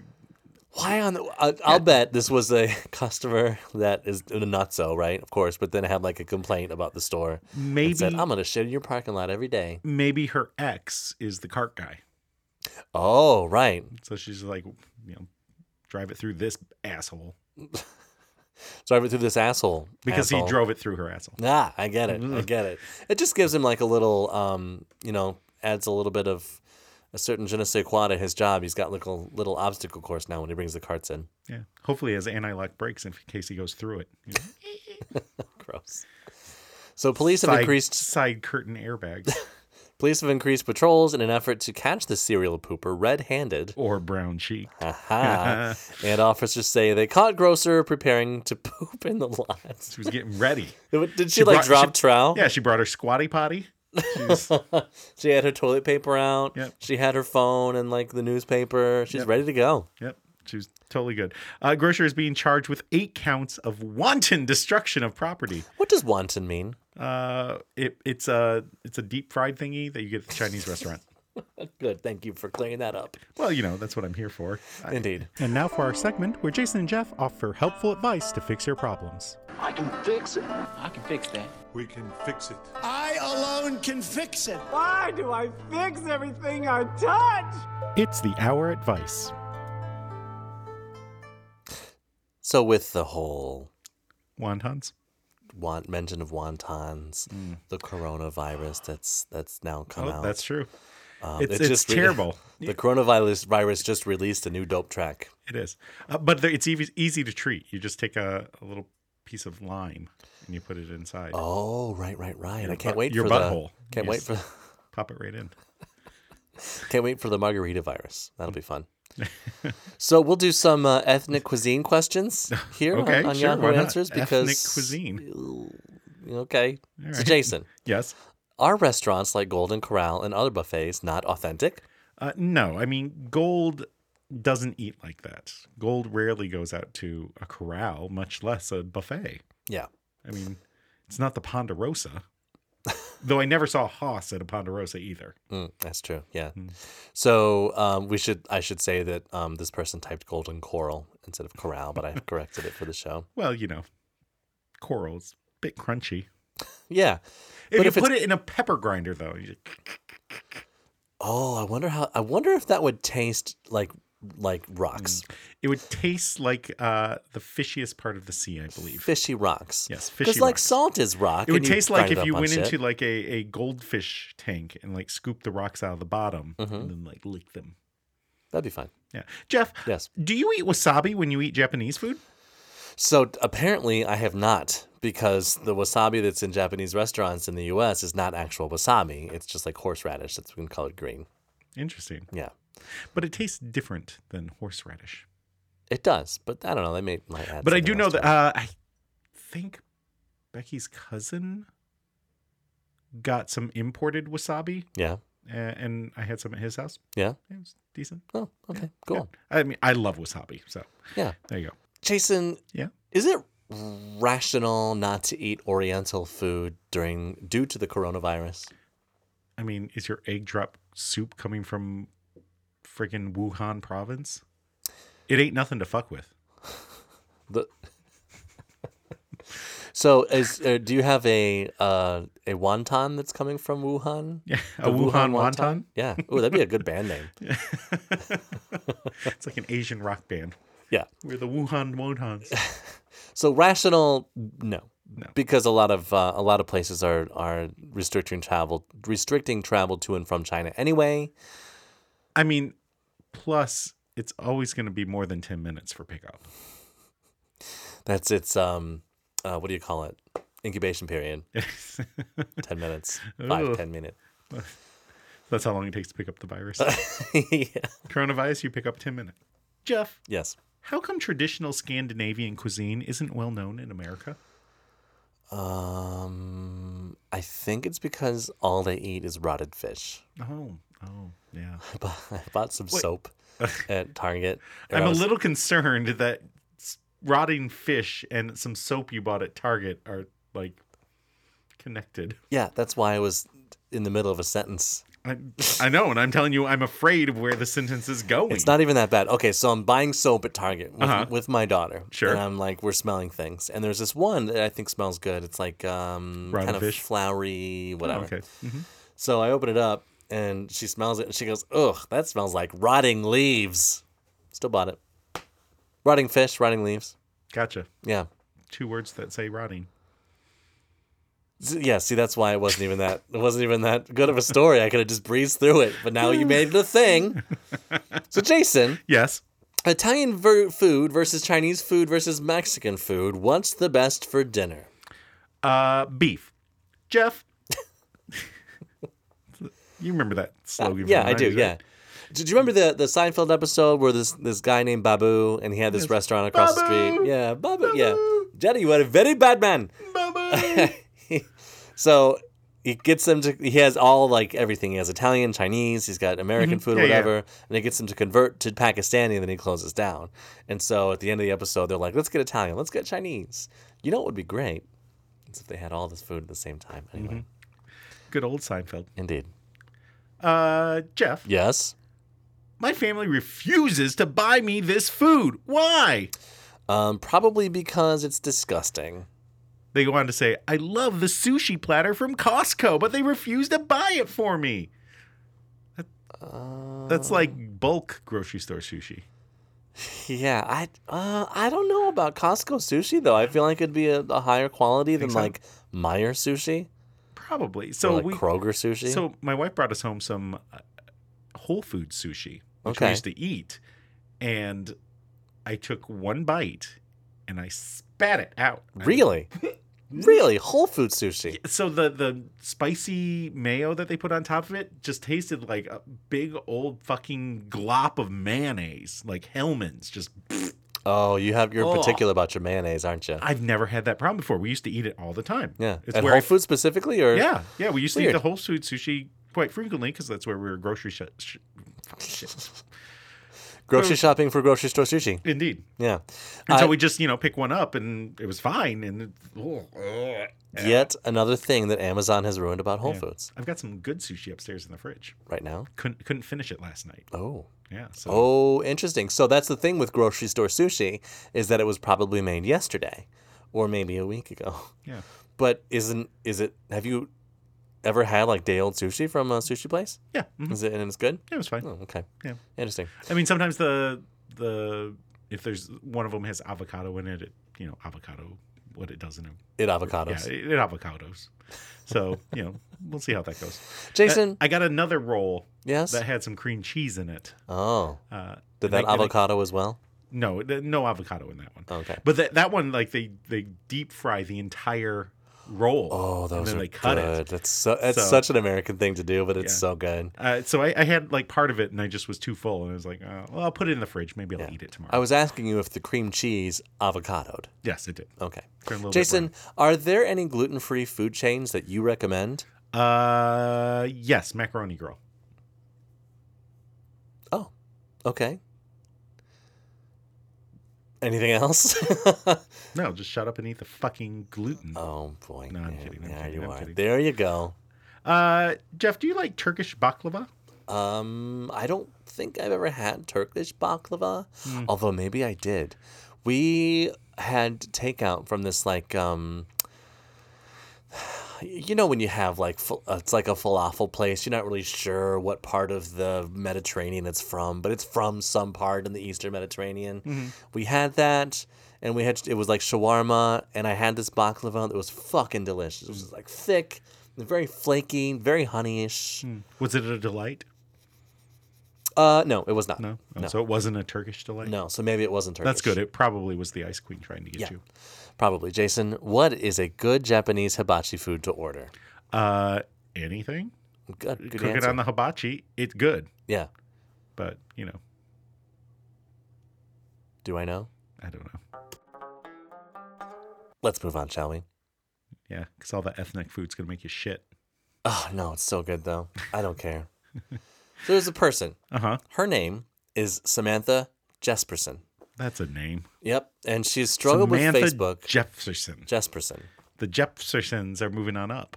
Why on the? I, I'll bet this was a customer that is not so right, of course, but then had like a complaint about the store. Maybe- and said, I'm gonna shit in your parking lot every day. maybe her ex is the cart guy. Oh, right. So she's like, you know, drive it through this asshole. drive it through this asshole. because asshole. he drove Mm-hmm. it through her asshole. Ah, I get it. I get it. It just gives him like a little, um, you know, adds a little bit of a certain je ne sais quoi to his job. He's got little little obstacle course now when he brings the carts in. Yeah. Hopefully, he has anti-lock brakes in case he goes through it. You know? Gross. So police have side, increased side curtain airbags police have increased patrols in an effort to catch the serial pooper red-handed. or brown cheek. Aha. and officers say they caught Grocer preparing to poop in the lot. She was getting ready. Did she, like brought- drop trowel? Yeah, she brought her squatty potty. She's, She had her toilet paper out. Yep. She had her phone and like the newspaper. She's ready to go. yep, she was totally good. Uh, Grocer is being charged with eight counts of wanton destruction of property. What does wanton mean? Uh, it, it's a it's a deep fried thingy that you get at the Chinese restaurant. Good. Thank you for clearing that up. Well, you know that's what I'm here for. I- Indeed. and now for our segment where Jason and Jeff offer helpful advice to fix your problems. I can fix it. I can fix that. We can fix it. I alone can fix it. Why do I fix everything I touch? It's the hour advice. So with the whole Wontons. want mention of wontons, the coronavirus that's that's now come Mm. Oh, out. that's true. um, it's it it's just re- terrible. the coronavirus virus just released a new dope track. It is, uh, but there, it's easy, easy to treat. You just take a, a little piece of lime and you put it inside. Oh, right, right, right. I can't butt- wait your for butthole. the can't wait Yes. for Pop it right in. can't wait for the margarita virus. That'll be fun. so we'll do some uh, ethnic cuisine questions here Okay, on, on sure, Yahoo why not? Answers Ethnic because cuisine. Okay, so right. Jason, Yes. are restaurants like Golden Corral and other buffets not authentic? Uh, no, I mean gold doesn't eat like that. Gold rarely goes out to a corral, much less a buffet. Yeah. I mean, it's not the Ponderosa. Though I never saw Haas at a Ponderosa either. Mm, that's true. Yeah. Hmm. So um, we should. I should say that um, this person typed golden coral instead of corral, but I corrected it for the show. Well, you know, coral's a bit crunchy. Yeah. If But you if it's- put it in a pepper grinder, though, you just, Oh, I wonder how. I wonder if that would taste like like rocks, it would taste like uh, the fishiest part of the sea, I believe. fishy rocks. Mm. Yes, Because fishy like rocks. salt is rock. It would and you taste like grind it if up you on went shit. into like a, a goldfish tank and like scooped the rocks out of the bottom Mm-hmm. and then like licked them. That'd be fine. Yeah. Jeff, Yes. do you eat wasabi when you eat Japanese food? So t- apparently, I have not because the wasabi that's in Japanese restaurants in the U.S. is not actual wasabi. It's just like horseradish that's been colored green. Interesting. Yeah. But it tastes different than horseradish. It does, but I don't know. They may might add. but I something do know else to it. that uh, I think Becky's cousin got some imported wasabi yeah. uh, and I had some at his house. Yeah. It was decent. Oh, okay, cool. I mean, I love wasabi. So Yeah. there you go. Jason, Yeah. is it rational not to eat Oriental food during due to the coronavirus? I mean, is your egg drop soup coming from friggin' Wuhan province? It ain't nothing to fuck with. The so is uh, do you have a uh, a wonton that's coming from Wuhan? Yeah, The a Wuhan, wonton. Yeah. Oh, that'd be a good band name. It's like an Asian rock band. Yeah. We're the Wuhan wontons. So rational, no. No. Because a lot of uh, a lot of places are are restricting travel restricting travel to and from China anyway. I mean, plus it's always going to be more than ten minutes for pickup. That's its um, uh, what do you call it? Incubation period. ten minutes. Five Ooh. ten minute. That's how long it takes to pick up the virus. yeah. Coronavirus, you pick up ten minutes. Jeff, Yes. how come traditional Scandinavian cuisine isn't well known in America? Um, I think it's because all they eat is rotted fish. Oh, oh, yeah. I bought, I bought some Wait. soap at Target. or I'm I a was- little concerned that s- rotting fish and some soap you bought at Target are like connected. Yeah, that's why I was in the middle of a sentence. I, I know, and I'm telling you, I'm afraid of where the sentence is going. It's not even that bad. Okay, so I'm buying soap at Target with, Uh-huh. with my daughter. Sure. And I'm like, we're smelling things, and there's this one that I think smells good. It's like um, Rotted kind of fish? flowery, Oh, whatever. okay. Mhm. So I open it up, and she smells it, and she goes, "Ugh, that smells like rotting leaves." Still bought it. Rotting fish, rotting leaves. Gotcha. Yeah. two words that say rotting. Yeah, see, that's why it wasn't even that. It wasn't even that good of a story. I could have just breezed through it, but now you made it a thing. So, Jason, Yes. Italian ver- food versus Chinese food versus Mexican food. What's the best for dinner? Uh, beef. Jeff. you remember that slogan? from Uh, yeah, the I do. 90s, Yeah. right? Did you remember the the Seinfeld episode where this this guy named Babu and he had this restaurant across the Babu! street? Yeah, Babu. Yeah, Jenny, you are a very bad man. So he gets them to he has all like everything. He has Italian, Chinese, he's got American food or Mm-hmm. Yeah, yeah. whatever, and he gets them to convert to Pakistani and then he closes down. And so at the end of the episode they're like, Let's get Italian, let's get Chinese. You know what would be great? It's if they had all this food at the same time. Anyway. Mm-hmm. Good old Seinfeld. Indeed. Uh, Jeff. Yes. My family refuses to buy me this food. Why? Um, probably because it's disgusting. They go on to say, I love the sushi platter from Costco, but they refuse to buy it for me. Uh, That, that's Oh. like bulk grocery store sushi. Yeah, I uh, I don't know about Costco sushi though. I feel like it'd be a, a higher quality than so? like Meyer sushi Probably. or So like we Kroger sushi. So my wife brought us home some uh, Whole Food sushi, which Okay. we used to eat, and I took one bite and I spat it out. really, really Whole Food sushi. So the the spicy mayo that they put on top of it just tasted like a big old fucking glop of mayonnaise, like Hellman's. Just Oh, you have you're Ugh. particular about your mayonnaise, aren't you? I've never had that problem before. We used to eat it all the time. Yeah, it's at where Whole I- Foods specifically, or Yeah, yeah. We used to eat Weird. the Whole Food sushi quite frequently because that's where we were grocery shop. Sh- shit. grocery shopping for grocery store sushi. Indeed. Yeah, And I- so we just, you know, pick one up and it was fine. And it- oh, ugh. yet another thing that Amazon has ruined about Whole Foods I've got some good sushi upstairs in the fridge. right now. Couldn't couldn't finish it last night. Oh. Yeah. So Oh, interesting. So that's the thing with grocery store sushi is that it was probably made yesterday or maybe a week ago. yeah. But isn't is it have you ever had like day old sushi from a sushi place? Yeah. mhm. Is it and it's good? It was fine. Oh, okay. Yeah. Interesting. I mean sometimes the the if there's one of them has avocado in it, it you know, avocado what it does in it. It Yeah, avocados. it, it avocados. So, you know, we'll see how that goes. Uh, Jason, I, I got another roll yes. that had some cream cheese in it. oh. Uh, Did and that I- and I- avocado Oh. as well? No, th- no avocado in that one. Okay. But that that one, like they they deep fry the entire roll. Oh, and those then are they cut good. it. That's so that's So- such an American thing to do, but it's Yeah. so good. Uh, so I, I had like part of it, and I just was too full, and I was like, uh, "Well, I'll put it in the fridge. Maybe I'll eat it tomorrow." I was asking you if the cream cheese avocadoed. yes, it did. Okay. Turned a little bit Jason, are there any gluten-free food chains that you recommend? brown. Uh, yes, macaroni girl. Oh, okay. Anything else? No, just shut up and eat the fucking gluten. oh boy! No, I'm Yeah, kidding, I'm there kidding, you I'm are. kidding. There you go. Uh, Jeff, do you like Turkish baklava? Um, I don't think I've ever had Turkish baklava, although maybe I did. We had takeout from this like um. You know when you have like fa- uh, it's like a falafel place. You're not really sure what part of the Mediterranean it's from, but it's from some part in the Eastern Mediterranean. We had that, and we had it was like shawarma, and I had this baklava that was fucking delicious. It was just, like thick, very flaky, very honeyish. Was it a delight? Uh, no, it was not. No? Oh, So it wasn't a Turkish delight. No, so maybe it wasn't Turkish. That's good. It probably was the ice queen trying to get Yeah. you. Probably. Jason, what is a good Japanese hibachi food to order? Uh, anything? Good, good Cook it answer. on the hibachi. It's good, yeah. but you know, Do I know? I don't know. Let's move on, shall we? Yeah, because all the ethnic food's gonna make you shit. Oh, no, it's so good, though. I don't care. so there's a person. Uh huh. Her name is Samantha Jesperson. That's a name. Yep. And she's struggled with Facebook. Jefferson. Jesperson. The Jeffersons are moving on up.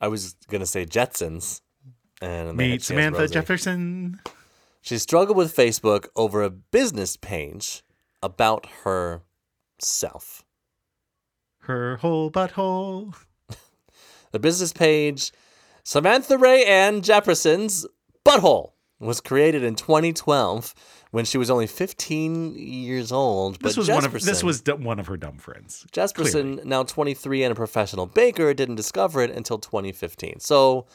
I was going to say Jetsons. And they had- Meet she has Samantha Rosie. Jefferson. She struggled with Facebook over a business page about herself. Her whole butthole. the business page, Samantha Ray Ann Jefferson's butthole was created in 2012 when she was only 15 years old. But This was one of this Jesperson- was d- one of her dumb friends. Jasperson, now 23 and a professional baker, didn't discover it until 2015. So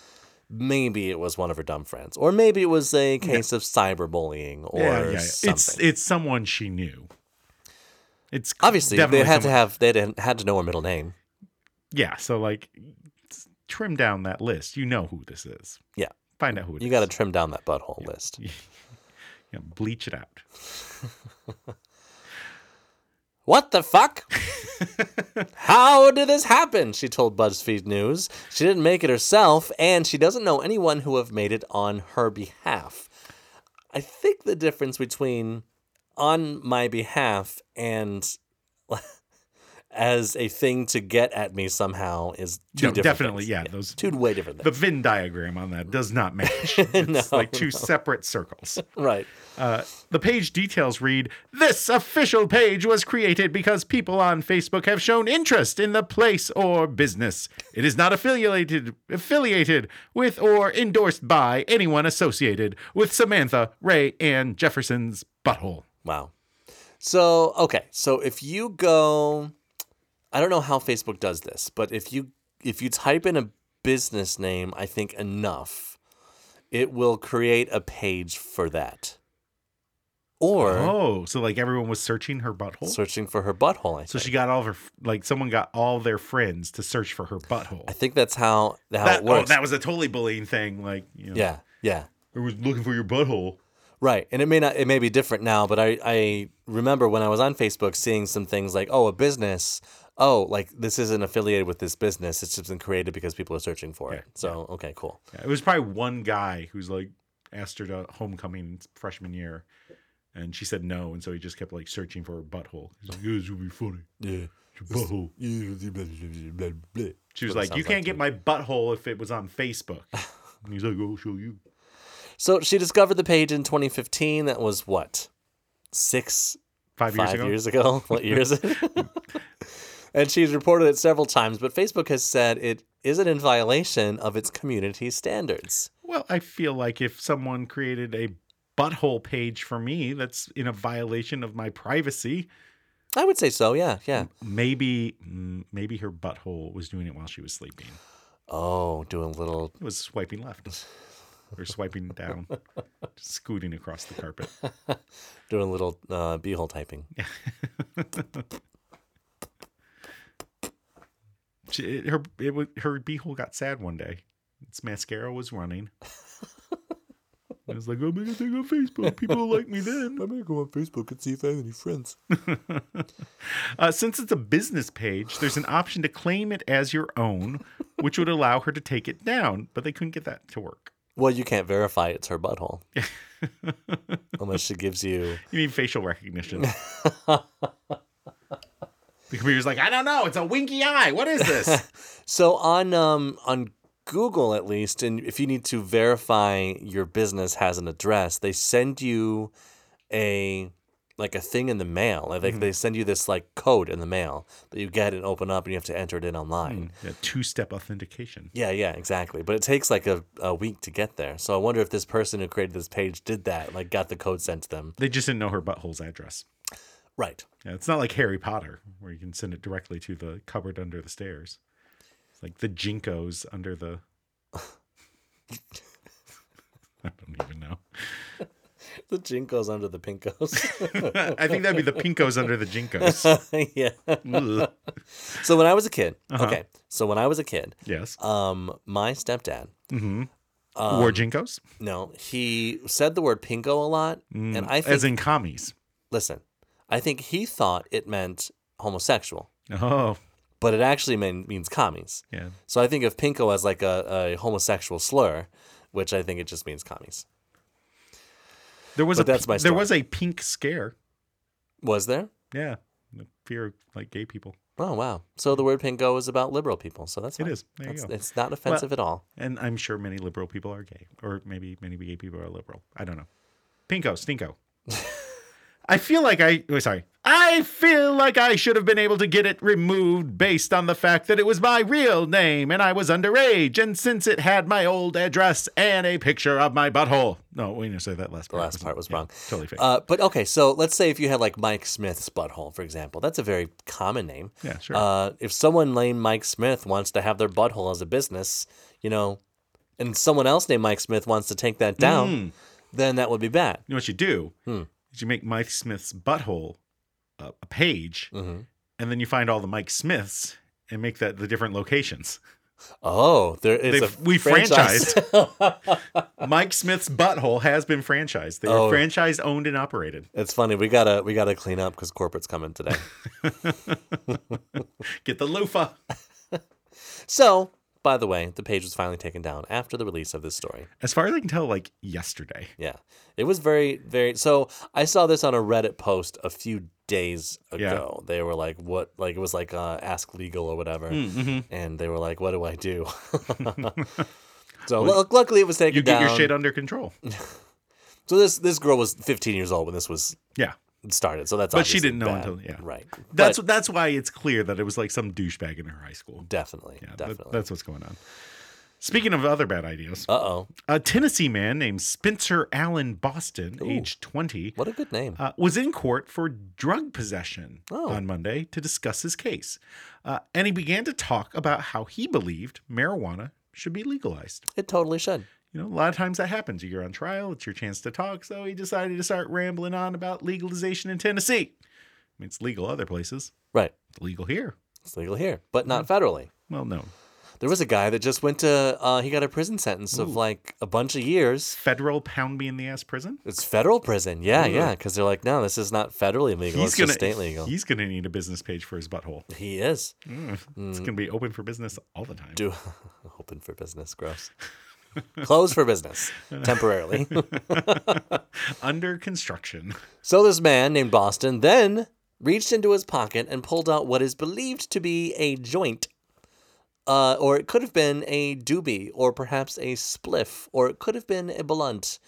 maybe it was one of her dumb friends, or maybe it was a case of cyberbullying or Yeah, yeah, yeah. something. It's it's someone she knew. It's Obviously, definitely they had to someone- have they had- had to know her middle name. Yeah, so like s- trim down that list. You know who this is. Yeah, Find out who it is. you got to trim down that butthole list. Yeah, bleach it out. What the fuck? How did this happen? She told BuzzFeed News. She didn't make it herself, and she doesn't know anyone who have made it on her behalf. I think the difference between on my behalf and as a thing to get at me somehow is two No, different definitely, things. yeah. Those Two way different the things. Venn diagram on that does not match. It's like two separate circles. right. Uh, the page details read This official page was created because people on Facebook have shown interest in the place or business. It is not affiliated affiliated with or endorsed by anyone associated with Samantha Ray Ann Jefferson's butthole. Wow. So, okay. So if you go I don't know how Facebook does this, but if you if you type in a business name, I think enough, it will create a page for that. Or Oh, so like everyone was searching her butthole? searching for her butthole. I so think. she got all of her like someone got all their friends to search for her butthole. I think that's how how That, it oh, works. that was a totally bullying thing. Like, you know, yeah. Yeah. I was looking for your butthole. Right. And it may not it may be different now, but I, I remember when I was on Facebook seeing some things like, oh, a business. Oh, like this isn't affiliated with this business. It's just been created because people are searching for it. So okay, cool. Yeah, it was probably one guy who's like asked her to homecoming freshman year, and she said no, and so he just kept like searching for her butthole. He's like, "This will be funny." Yeah, butthole. She was what it like, "You sounds like can't to get my butthole if it was on Facebook." and he's like, "I'll show you." So she discovered the page in 2015. That was what? Six, Five, five years ago, years ago? What year is it? and she's reported it several times, but Facebook has said it isn't in violation of its community standards. well, I feel like if someone created a butthole page for me, that's in a violation of my privacy. I would say so, yeah, yeah. Maybe, mm, maybe her butthole was doing it while she was sleeping. Oh, doing little It was swiping left or swiping down, scooting across the carpet. doing little uh, beehole typing. She, it, her it was, her beehole got sad one day. Its mascara was running. I was like, "Oh I'm gonna take on Facebook. People will like me then. I'm gonna go on Facebook and see if I have any friends. Uh, since it's a business page, there's an option to claim it as your own, which would allow her to take it down. But they couldn't get that to work. Well, you can't verify it's her butthole. Unless she gives you You need facial recognition. the computer's like, I don't know. It's a winky eye. What is this? So on um on Google at least, and if you need to verify your business has an address, they send you a like a thing in the mail. Like they send you this like code in the mail that you get and open up, and you have to enter it in online. yeah, two-step authentication. Yeah, yeah, exactly. But it takes like a, a week to get there. So I wonder if this person who created this page did that, like got the code sent to them. They just didn't know her butthole's address. Right. Yeah, it's not like Harry Potter, where you can send it directly to the cupboard under the stairs. It's like the Jinkos under the. I don't even know. The jinkos under the pinkos. I think that'd be the Pinkos under the Jinkos. yeah. Ugh. So when I was a kid, Uh-huh. okay. So when I was a kid, yes. um, my stepdad Um, War Jinkos? No, he said the word pinko a lot, and I think Mm, As in commies. listen, I think he thought it meant homosexual, Oh, but it actually mean, means commies. yeah. So I think of pinko as like a, a homosexual slur, which I think it just means commies. There was But a p- that's my there story. was a pink scare. Was there? Yeah, the fear of like gay people. Oh wow! So the word pinko is about liberal people. So that's It fine. is. There you That's- go. It's not offensive at all. And I'm sure many liberal people are gay, or maybe many gay people are liberal. I don't know. Pinko, stinko. I feel like I. Oh, sorry. I feel like I should have been able to get it removed based on the fact that it was my real name and I was underage, and since it had my old address and a picture of my butthole. No, we didn't say that last The part. last part was wrong. totally fake. Uh, but okay, so let's say if you had like Mike Smith's butthole, for example, that's a very common name. Yeah, sure. Uh, if someone named Mike Smith wants to have their butthole as a business, you know, and someone else named Mike Smith wants to take that down, Hmm. then that would be bad. You know what you do? hmm. Is you make Mike Smith's butthole a, a page, Mm-hmm. and then you find all the Mike Smiths and make that the different locations. Oh, there is They've- a we franchise. Mike Smith's butthole has been franchised. They were Oh. franchised, owned, and operated. it's funny. We gotta we gotta clean up because corporate's coming today. Get the loofah. so, by the way, the page was finally taken down after the release of this story. As far as I can tell, like yesterday. Yeah, it was very, very. So I saw this on a Reddit post a few days ago. They were like, "What?" Like it was like uh, "Ask Legal" or whatever, Mm, mm-hmm. and they were like, "What do I do?" so lu- luckily, it was taken You get down. Mm. your shit under control. so this this girl was 15 years old when this was Yeah. started. So that's But she obviously didn't know bad. until- yeah. right. That's But that's why it's clear that it was like some douchebag in her high school. definitely, Yeah, that- definitely. that's what's going on. Speaking of other bad ideas, uh oh, a Tennessee man named Spencer Allen Boston, age 20, what a good name. uh, was in court for drug possession Oh. on Monday to discuss his case. Uh, and he began to talk about how he believed marijuana should be legalized. it totally should. You know, a lot of times that happens. You're on trial, it's your chance to talk. So he decided to start rambling on about legalization in Tennessee. I mean, it's legal other places, Right. it's legal here. It's legal here, but not federally. Well, no. There was a guy that just went to. Uh, he got a prison sentence of like a bunch of years. Federal pound me in the ass prison? It's federal prison. Yeah, yeah. Because they're like, no, this is not federally legal. it's gonna just state legal. he's gonna need a business page for his butthole. he is. Mm. It's gonna be open for business all the time. Do open for business. Gross. Closed for business temporarily. Under construction. so this man named Boston then reached into his pocket and pulled out what is believed to be a joint. Uh, or it could have been a doobie, or perhaps a spliff, or it could have been a blunt.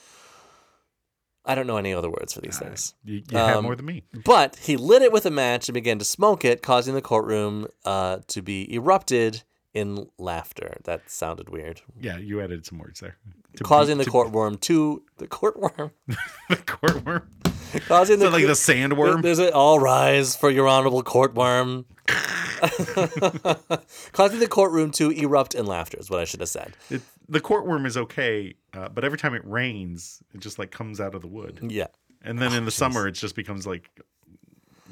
I don't know any other words for these things. You, you Um, have more than me. But he lit it with a match and began to smoke it, causing the courtroom uh, to be erupted in laughter. That sounded weird. Yeah, you added some words there. To Causing beat- the courtroom to the courtworm. to the courtworm. Causing the Is it like the there- sandworm? There's an all rise for your honorable courtworm. causing the courtroom to erupt in laughter is what I should have said. It, the courtworm is okay, uh, but every time it rains, it just like comes out of the wood. Yeah. And then in the summer, it just becomes like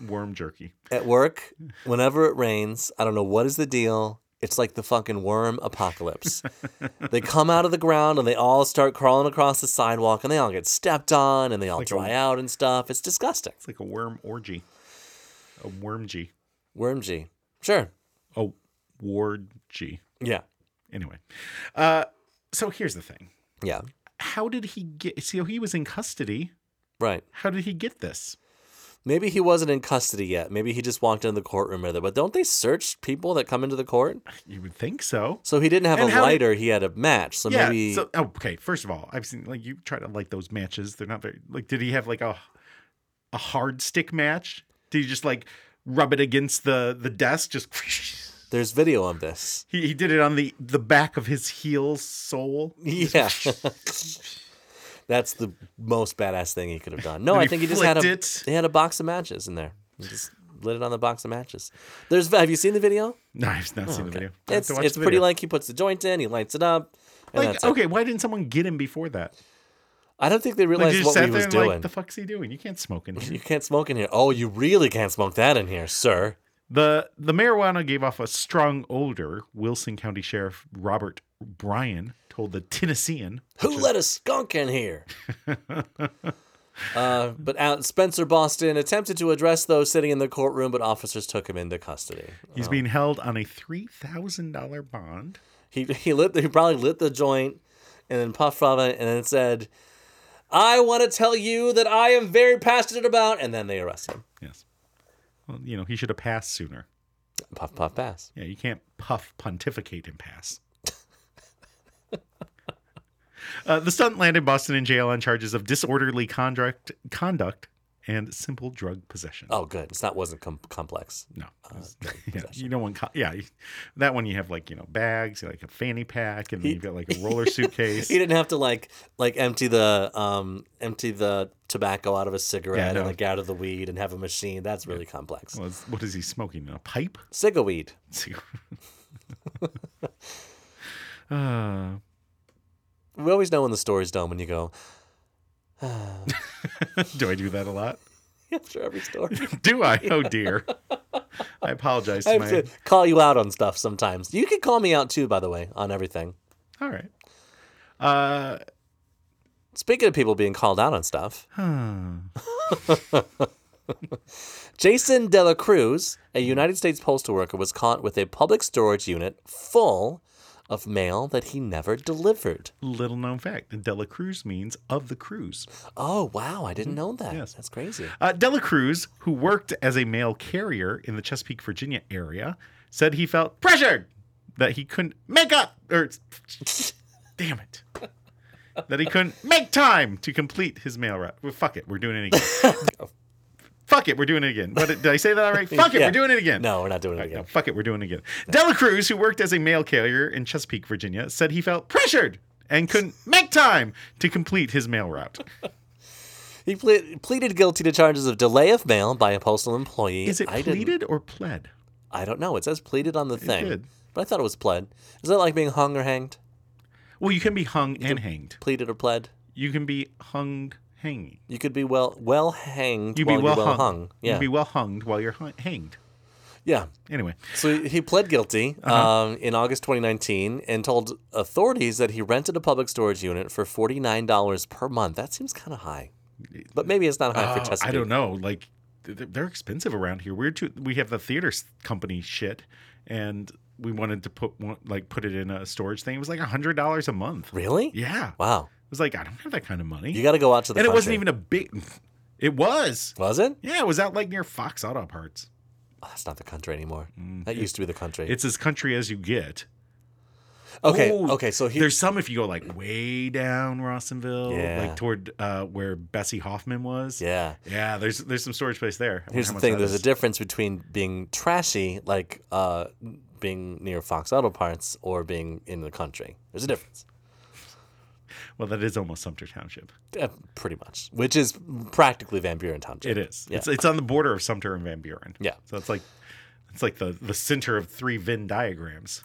worm jerky. At work, whenever it rains, I don't know what is the deal. It's like the fucking worm apocalypse. they come out of the ground and they all start crawling across the sidewalk and they all get stepped on and they all dry out and stuff. It's disgusting. It's like a worm orgy. A wormgy. Wormgy. Sure. A wardgy. Yeah. Anyway, uh, so here's the thing. Yeah. How did he get? So he was in custody. Right. How did he get this? Maybe he wasn't in custody yet. Maybe he just walked into the courtroom or there. But don't they search people that come into the court? You would think so. So he didn't have And a how did- lighter. He had a match. So Yeah. maybe. So oh, okay. First of all, I've seen like you try to like those matches. They're not very like. Did he have like a a hard stick match? Did he just like rub it against the the desk? Just There's video of this. he, he did it on the the back of his heel sole. Yeah. That's the most badass thing he could have done. No, Then I he think he just had a flicked it. he had a box of matches in there. He just lit it on the box of matches. There's have you seen the video? No, I've not seen the video. I have It's to watch it's the pretty video. like he puts the joint in, he lights it up, and Like, that's it. okay, why didn't someone get him before that? I don't think they Like, realized you just what he sat there was and doing. like, the fuck's he doing? You can't smoke in here. you can't smoke in here. Oh, you really can't smoke that in here, sir. The the marijuana gave off a strong odor. Wilson County Sheriff Robert Bryan told the Tennessean. Who let a skunk in here? uh, but out, Spencer Boston attempted to address those sitting in the courtroom, but officers took him into custody. He's being held on a three thousand dollar bond. He he lit he probably lit the joint and then puffed from it and then said, I want to tell you that I am very passionate about and then they arrest him. Yes. Well, you know he should have passed sooner. Puff puff pass. Yeah, you can't puff pontificate and pass. Uh, the stunt landed Boston in jail on charges of disorderly conduct, conduct, and simple drug possession. Oh, Uh, good. It's not wasn't com- complex. No, yeah, you don't want. co- Yeah, you- that one you have like you know bags, like a fanny pack, and then you've got like a roller suitcase. He didn't have to like like empty the um empty the tobacco out of a cigarette no. and like out of the weed and have a machine. That's really complex. Well, it's- what is he smoking? A pipe? Cigar weed. uh, We always know when the story's done when you go do I do that a lot? after every story. Do I? Oh dear. I apologize I to have my. to call you out on stuff sometimes. You can call me out too, by the way, on everything. All right. Uh, Speaking of people being called out on stuff, Jason Dela Cruz, a United States postal worker, was caught with a public storage unit full of mail that he never delivered. little known fact: Dela Cruz means of the Cruz. Oh wow, I didn't know that. Mm-hmm. Yes. That's crazy. Uh, Dela Cruz, who worked as a mail carrier in the Chesapeake, Virginia area, said he felt pressured that he couldn't make up, or damn it, that he couldn't make time to complete his mail route. Well, fuck it, we're doing it again. fuck it, we're doing it again. But did I say that all right? Fuck it, Yeah. we're doing it again. No, we're not doing it All right, again. no, fuck it, we're doing it again. Dela Cruz, who worked as a mail carrier in Chesapeake, Virginia, said he felt pressured and couldn't make time to complete his mail route. He ple- pleaded guilty to charges of delay of mail by a postal employee. Is it I didn't- pleaded or pled? I don't know. It says pleaded on the thing, did. but I thought it was pled. Is that like being hung or hanged? Well, you can be hung and hanged. Pleaded or pled? You can be hung hanging. You could be well well hanged You while be well, you're well hung. hung. Yeah, You'd be well hunged while you're hung- hanged. yeah. Anyway, So he pled guilty Uh-huh. um, in August 2019 and told authorities that he rented a public storage unit for $49 per month. That seems kind of high, but maybe it's not high for uh, Chesapeake. I don't know. Like th- th- they're expensive around here. We're too. We have the theater s- company shit, and we wanted to put one, like put it in a storage thing. It was like hundred dollars a month. Really? Yeah. Wow. It was like I don't have that kind of money. You got to go out to the and it country. wasn't even a big. It was. was it? Yeah, it was out like near Fox Auto Parts. Oh, that's not the country anymore. Mm, that used to be the country. It's as country as you get. okay. Oh, okay. So he, there's some if you go like way down Rossinville, Yeah. like toward uh, where Bessie Hoffman was. yeah. Yeah, there's there's some storage place there. I wonder Here's how the much thing. that There's a is. difference between being trashy, like uh, being near Fox Auto Parts, or being in the country. There's a difference. well, that is almost Sumter Township. Yeah, pretty much, which is practically Van Buren Township. It is. Yeah. It's it's on the border of Sumter and Van Buren. Yeah. So it's like it's like the the center of three Venn diagrams.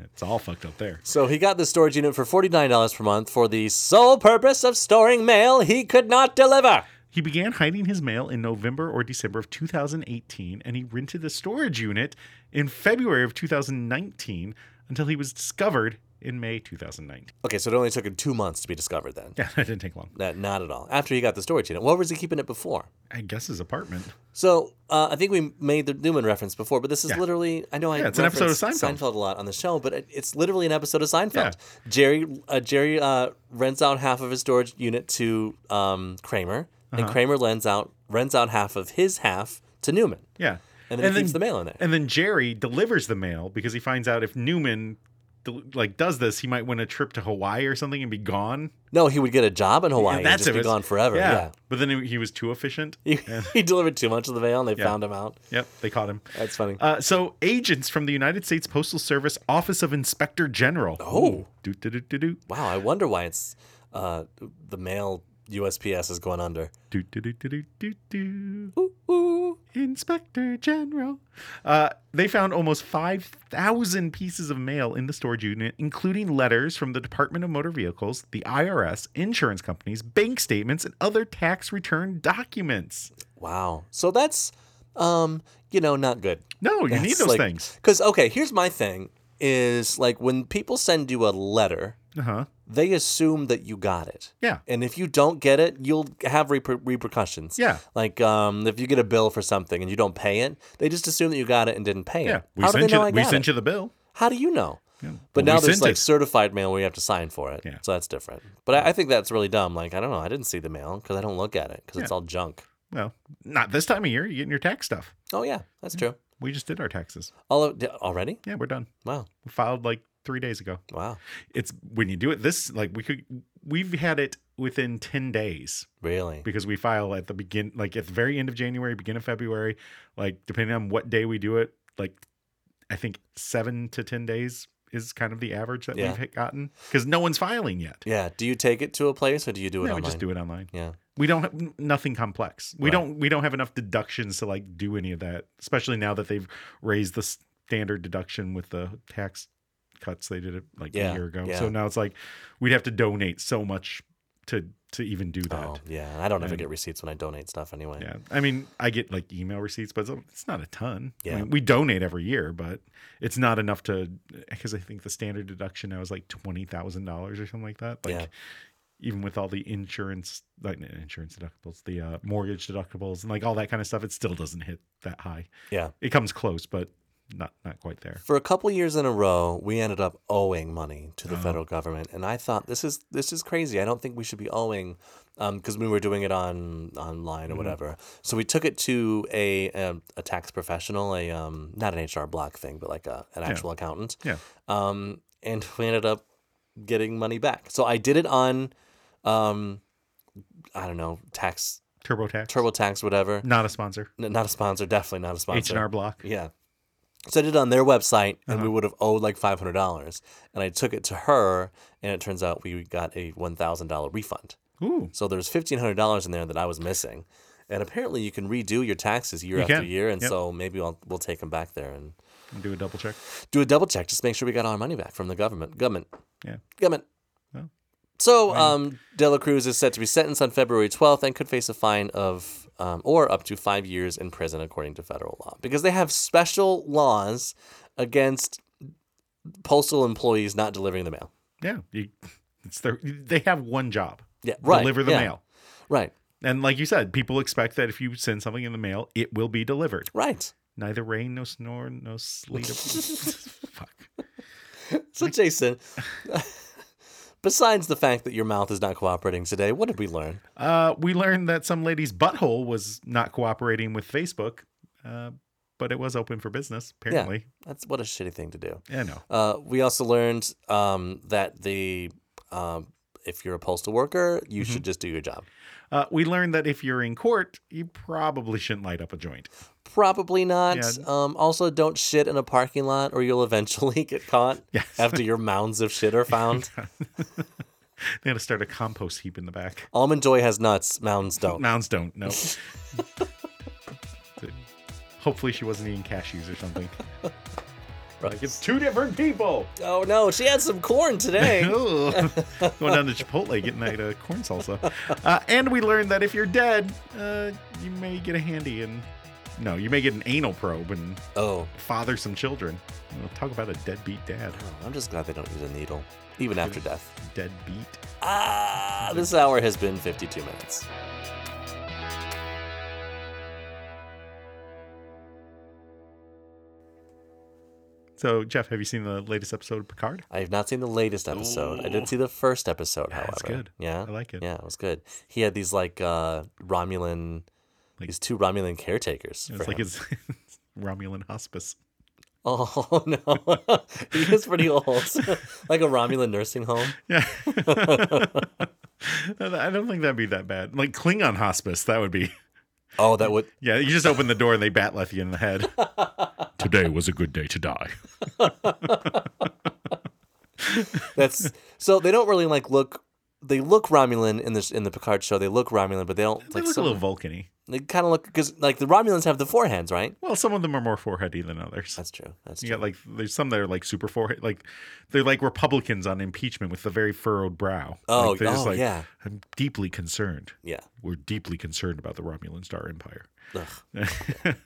it's all fucked up there. So he got the storage unit for $49 per month for the sole purpose of storing mail he could not deliver. He began hiding his mail in November or December of 2018, and he rented a storage unit in February of 2019 until he was discovered in May 2019. Okay, so it only took him two months to be discovered then. Yeah, that didn't take long. That, not at all. After he got the storage unit, where was he keeping it before? I guess his apartment. So uh, I think we made the Newman reference before, but this is Yeah. literally I know I Yeah, it's an episode of reference Seinfeld. a lot on the show, but it, it's literally an episode of Seinfeld. Yeah. Jerry uh, Jerry uh, rents out half of his storage unit to um, Kramer, Uh-huh. and Kramer lends out rents out half of his half to Newman. Yeah. And then he keeps the mail in there. And then Jerry delivers the mail because he finds out if Newman del- like does this, he might win a trip to Hawaii or something and be gone. No, he would get a job in Hawaii and just if be it's- gone forever. Yeah. But then he, he was too efficient. He, he delivered too much of the mail and they Yeah. found him out. Yep, they caught him. That's funny. Uh, so agents from the United States Postal Service Office of Inspector General. Oh. do do do do do wow, I wonder why it's uh, the mail USPS is going under. do do do do do do. Ooh. Inspector General. Uh, they found almost 5,000 pieces of mail in the storage unit, including letters from the Department of Motor Vehicles, the IRS, insurance companies, bank statements, and other tax return documents. Wow. So that's um, you know, not good. No, you need those things. Cuz okay, here's my thing is like when people send you a letter, Uh huh. they assume that you got it. Yeah. And if you don't get it, you'll have reper- repercussions. Yeah. Like um, if you get a bill for something and you don't pay it, they just assume that you got it and didn't pay Yeah. it. We How do sent, they know you, I we got sent it? you the bill. How do you know? Well, But we now there's sent like it. certified mail where you have to sign for it. Yeah. So that's different. But I, I think that's really dumb. Like, I don't know. I didn't see the mail because I don't look at it because it's all junk. Well, not this time of year. You're getting your tax stuff. Oh, yeah. That's true. We just did our taxes. All of, d- already? Yeah, we're done. Wow. We filed like three days ago. Wow. It's when you do it this, like we could, we've had it within 10 days Really? because we file at the begin like at the very end of January, beginning of February, like depending on what day we do it, like I think 7 to 10 days is kind of the average that Yeah. we've gotten cuz no one's filing yet. Yeah. Do you take it to a place or do you do it No, online? we just do it online. Yeah. We don't have n- nothing complex. We Right. don't we don't have enough deductions to like do any of that, especially now that they've raised the standard deduction with the tax cuts they did it like Yeah, a year ago. yeah. So now it's like we'd have to donate so much to to even do that. Oh, yeah. and I don't ever And- get receipts when I donate stuff anyway. Yeah. I mean, I get like email receipts, but it's- it's not a ton. I Yeah. mean, we donate every year, but it's not enough to, because I think the standard deduction now is like $20,000 or something like that. Like, Yeah. even with all the insurance, like not insurance deductibles, the uh, mortgage deductibles, and like all that kind of stuff, it still doesn't hit that high. Yeah. It comes close, but not not quite there. For a couple years in a row, we ended up owing money to Uh-huh. the federal government, and I thought this is this is crazy. I don't think we should be owing, because we were doing it on online Mm-hmm. or whatever. So we took it to a a, a tax professional, a um, not an HR block thing, but like a, an actual accountant. Yeah. Um, and we ended up getting money back. So I did it on, um, I don't know, tax TurboTax, TurboTax, whatever. not a sponsor. N- not a sponsor, definitely not a H sponsor. and R Block. Yeah. So I did it on their website, and Uh-huh. we would have owed like five hundred dollars. And I took it to her, and it turns out we got a one thousand dollar refund. Ooh, So there's fifteen hundred dollars in there that I was missing, and apparently you can redo your taxes year You after can, year. And yep. so maybe I'll, we'll take them back there and do a double check. do a double check, just make sure we got our money back from the government. Government. Yeah. Government. Well, So, um, De La Cruz is set to be sentenced on February 12th and could face a fine of um, or up to five years in prison, according to federal law, because they have special laws against postal employees not delivering the mail. Yeah, you, it's their. They have one job. Yeah, right, Deliver the yeah. mail. Right. And like you said, people expect that if you send something in the mail, it will be delivered. Right. Neither rain, no snore, no sleet. Fuck. So, Jason, besides the fact that your mouth is not cooperating today, what did we learn? Uh, we learned that some lady's butthole was not cooperating with Facebook, uh, but it was open for business, apparently. Yeah. That's what a shitty thing to do. Yeah, no. Uh, we also learned um, that the um, if you're a postal worker, you should just do your job. Uh, we learned that if you're in court, you probably shouldn't light up a joint. Probably not. Yeah. Um, also, don't shit in a parking lot, or you'll eventually get caught Yes. after your mounds of shit are found. They had to start a compost heap in the back. Almond Joy has nuts. Mounds don't. Mounds don't, no. Hopefully she wasn't eating cashews or something. like, it's two different people. Oh no, she had some corn today. Ooh. Going down to Chipotle getting that uh, corn salsa. Uh, and we learned that if you're dead, uh, you may get a handy and no, you may get an anal probe and oh, father some children. And We'll talk about a deadbeat dad. I'm just glad they don't use a needle, even after death. Deadbeat. Ah, this hour has been 52 minutes. So, Jeff, have you seen the latest episode of Picard? I have not seen the latest episode. I did see the first episode, however. that's good. Yeah, I like it. Yeah, it was good. He had these like uh Romulan, Like- these two Romulan caretakers. for It's like him. his Romulan hospice. oh no, he is pretty old, like a Romulan nursing home. Yeah. I don't think that'd be that bad. Like Klingon hospice, that would be. Oh, that would Yeah, you just open the door and they batleth you in the head. Today was a good day to die. that's so they don't really like look. They look Romulan in this in the Picard show. They look Romulan, but they don't They like look a some, little Vulcan-y. They kind of look because like the Romulans have the foreheads, right? Well, some of them are more foreheady than others. That's true. That's You true. got like there's some that are like super forehead, like they're like Republicans on impeachment with the very furrowed brow. Oh, like, they're oh, yeah. I'm deeply concerned. Yeah. We're deeply concerned about the Romulan Star Empire. Ugh.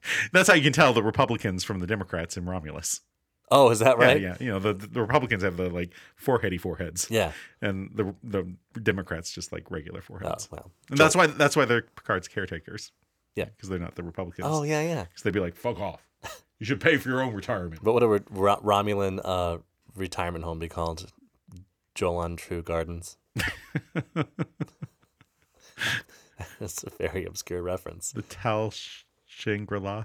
That's how you can tell the Republicans from the Democrats in Romulus. Oh, is that Yeah, right? yeah. You know the the Republicans have the like foreheady foreheads. Yeah. and the the Democrats just like regular Oh foreheads. well. And that's why that's why they're Picard's caretakers. Yeah. because they're not the Republicans. Oh yeah, yeah. because they'd be like, "Fuck off! You should pay for your own retirement." But what would a Ro- Romulan uh, retirement home be called? Jolan True Gardens. That's a very obscure reference. The Tal Shangri La.